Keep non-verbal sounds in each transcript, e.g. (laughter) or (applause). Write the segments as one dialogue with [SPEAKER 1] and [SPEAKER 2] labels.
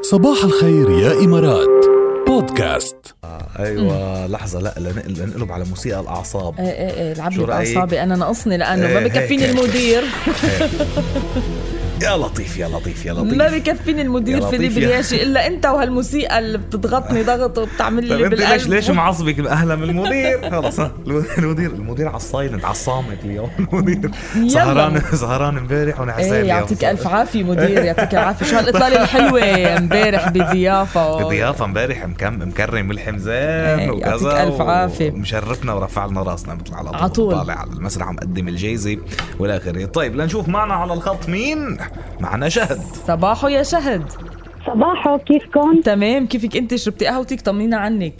[SPEAKER 1] صباح الخير يا إمارات بودكاست
[SPEAKER 2] ايوه لحظه لا لنقل- لنقلب على موسيقى الاعصاب
[SPEAKER 3] ايه ايه ايه العب
[SPEAKER 2] شو
[SPEAKER 3] لي
[SPEAKER 2] رأيك؟
[SPEAKER 3] باعصابي انا ناقصني لانه ما
[SPEAKER 2] إيه،
[SPEAKER 3] بكفيني
[SPEAKER 2] هيك. (laughs)
[SPEAKER 3] المدير
[SPEAKER 2] يا لطيف يا لطيف يا
[SPEAKER 3] ما
[SPEAKER 2] لطيف
[SPEAKER 3] بكفيني المدير
[SPEAKER 2] يا
[SPEAKER 3] في
[SPEAKER 2] لطيف يا-
[SPEAKER 3] الياشي الا انت وهالموسيقى اللي
[SPEAKER 2] (laughs)
[SPEAKER 3] بتضغطني ضغط وبتعمل
[SPEAKER 2] طيب
[SPEAKER 3] لي
[SPEAKER 2] انت
[SPEAKER 3] بالقلب
[SPEAKER 2] ليش ليش معصبك اهلا من المدير خلص ها، المدير المدير على الصايلنت على الصامت اليوم (laughs) المدير سهران سهران امبارح ونعسان
[SPEAKER 3] ايه
[SPEAKER 2] اليوم.
[SPEAKER 3] يعطيك الف عافيه
[SPEAKER 2] (laughs)
[SPEAKER 3] مدير يعطيك العافيه شو هالاطلاله الحلوه امبارح بضيافه
[SPEAKER 2] ضيافة امبارح مكم مكرم الحمزان
[SPEAKER 3] إيه،
[SPEAKER 2] وكذا
[SPEAKER 3] يعطيك ألف
[SPEAKER 2] و-
[SPEAKER 3] عافية.
[SPEAKER 2] ومشرفنا ورفع لنا راسنا مثل على طول,
[SPEAKER 3] على طول.
[SPEAKER 2] طالع على المسرح ومقدم الجايزة والى اخره، طيب لنشوف معنا على الخط مين؟ معنا شهد
[SPEAKER 3] صباحو يا شهد
[SPEAKER 4] صباحو كيفكم؟
[SPEAKER 3] تمام كيفك انت شربتي قهوتك طمنينا عنك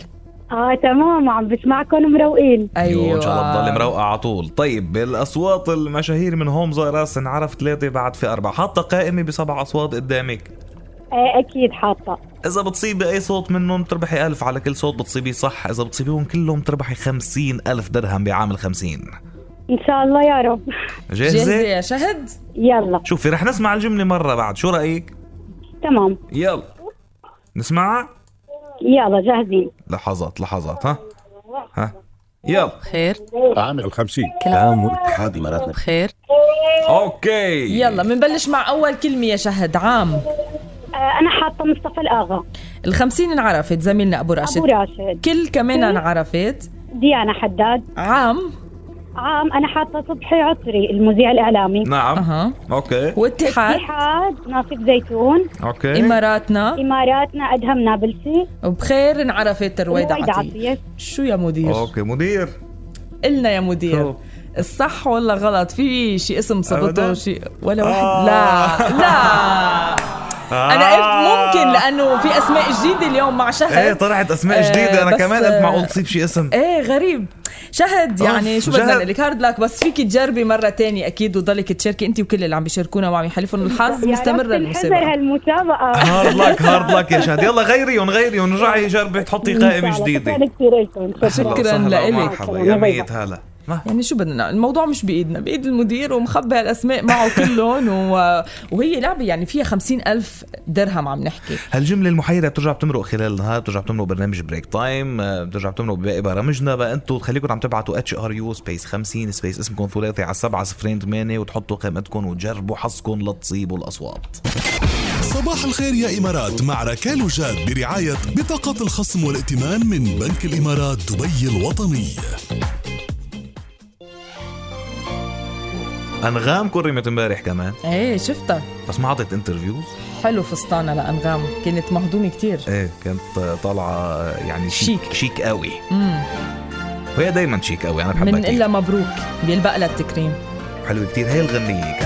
[SPEAKER 4] اه تمام عم بسمعكم مروقين
[SPEAKER 3] أيوة.
[SPEAKER 2] ايوه ان شاء الله تضل مروقه على طول طيب بالاصوات المشاهير من هوم راس انعرف ثلاثه بعد في اربعه حاطه قائمه بسبع اصوات قدامك
[SPEAKER 4] آه اكيد حاطه
[SPEAKER 2] اذا بتصيبي اي صوت منهم بتربحي ألف على كل صوت بتصيبيه صح اذا بتصيبيهم كلهم بتربحي خمسين ألف درهم بعام الخمسين
[SPEAKER 4] ان شاء الله يا رب (laughs)
[SPEAKER 3] جاهزه
[SPEAKER 2] جاهزه
[SPEAKER 3] يا شهد
[SPEAKER 4] يلا
[SPEAKER 2] شوفي رح نسمع الجمله مره بعد شو رايك
[SPEAKER 4] تمام
[SPEAKER 2] يلا نسمعها
[SPEAKER 4] يلا جاهزين
[SPEAKER 2] لحظات لحظات ها ها يلا
[SPEAKER 5] خير
[SPEAKER 6] عام الخمسين
[SPEAKER 5] كلام
[SPEAKER 6] اتحاد اماراتنا
[SPEAKER 5] خير
[SPEAKER 2] اوكي
[SPEAKER 3] يلا بنبلش مع اول كلمه يا شهد عام
[SPEAKER 4] آه انا حاطه مصطفى الاغا
[SPEAKER 3] الخمسين انعرفت زميلنا ابو راشد
[SPEAKER 4] ابو راشد
[SPEAKER 3] كل كمان انعرفت
[SPEAKER 4] ديانا حداد
[SPEAKER 3] عام
[SPEAKER 4] عام انا حاطه صبحي عطري المذيع الاعلامي
[SPEAKER 2] نعم
[SPEAKER 3] اها
[SPEAKER 2] اوكي
[SPEAKER 3] واتحاد
[SPEAKER 4] اتحاد ناصف زيتون
[SPEAKER 2] اوكي
[SPEAKER 3] اماراتنا
[SPEAKER 4] اماراتنا ادهم نابلسي
[SPEAKER 3] وبخير انعرفت رويدا
[SPEAKER 4] رويدة
[SPEAKER 3] عطيه شو يا مدير
[SPEAKER 2] اوكي مدير
[SPEAKER 3] قلنا يا
[SPEAKER 2] شو؟
[SPEAKER 3] مدير الصح ولا غلط في شيء اسم
[SPEAKER 2] أبداً.
[SPEAKER 3] صبته شيء ولا واحد
[SPEAKER 2] آه.
[SPEAKER 3] لا لا
[SPEAKER 2] (laughs)
[SPEAKER 3] انا قلت ممكن لانه في اسماء جديده اليوم مع
[SPEAKER 2] ايه
[SPEAKER 3] شهد
[SPEAKER 2] آه. طلعت اسماء
[SPEAKER 3] آه،
[SPEAKER 2] جديده انا
[SPEAKER 3] بس،
[SPEAKER 2] كمان قلت
[SPEAKER 3] آه،
[SPEAKER 2] معقول تصيب شي اسم
[SPEAKER 3] ايه غريب شهد يعني
[SPEAKER 2] أوف،
[SPEAKER 3] شو بدنا
[SPEAKER 2] شهد.
[SPEAKER 3] نقول لك هارد لك بس فيكي تجربي مره تانية اكيد وضلك تشاركي انت وكل اللي عم بيشاركونا وعم يحلفون الحظ مستمره المسابقه
[SPEAKER 4] المسابقه هالمسابقه
[SPEAKER 2] هارد لك هارد لك يا شهد يلا غيريهم غيريهم رجعي جربي تحطي قائمه جديده
[SPEAKER 4] شكرا كثير لكم
[SPEAKER 2] أهلا
[SPEAKER 3] شكراً
[SPEAKER 2] وسهلا
[SPEAKER 3] لإلك.
[SPEAKER 2] ومرحبا يا ميت هلا ما-
[SPEAKER 3] يعني شو بدنا نعمل؟ الموضوع مش بايدنا بايد المدير ومخبي هالاسماء معه كلهم و... وهي لعبه يعني فيها خمسين ألف درهم عم نحكي
[SPEAKER 2] هالجملة المحيرة بترجع بتمرق خلال النهار بترجع بتمرق برنامج بريك تايم آه، بترجع بتمرق بباقي برامجنا بقى انتم خليكم عم تبعتوا اتش ار يو سبيس 50 سبيس اسمكم ثلاثي على 7 0 8 وتحطوا قيمتكم وتجربوا حظكم لتصيبوا الاصوات
[SPEAKER 1] صباح الخير يا إمارات مع ركال وجاد برعاية بطاقة الخصم والائتمان من بنك الإمارات دبي الوطني
[SPEAKER 2] انغام كرمت امبارح كمان
[SPEAKER 3] ايه شفتها
[SPEAKER 2] بس ما عطت انترفيوز
[SPEAKER 3] حلو فستانها لانغام كانت مهضومه كتير
[SPEAKER 2] ايه كانت آه، طالعة آه، يعني شيك
[SPEAKER 3] شيك.
[SPEAKER 2] شيك قوي
[SPEAKER 3] مم.
[SPEAKER 2] وهي دايما شيك قوي انا بحبها
[SPEAKER 3] من
[SPEAKER 2] كثير
[SPEAKER 3] الا مبروك بيلبق لها التكريم
[SPEAKER 2] حلوه كثير هي الغنيه كمان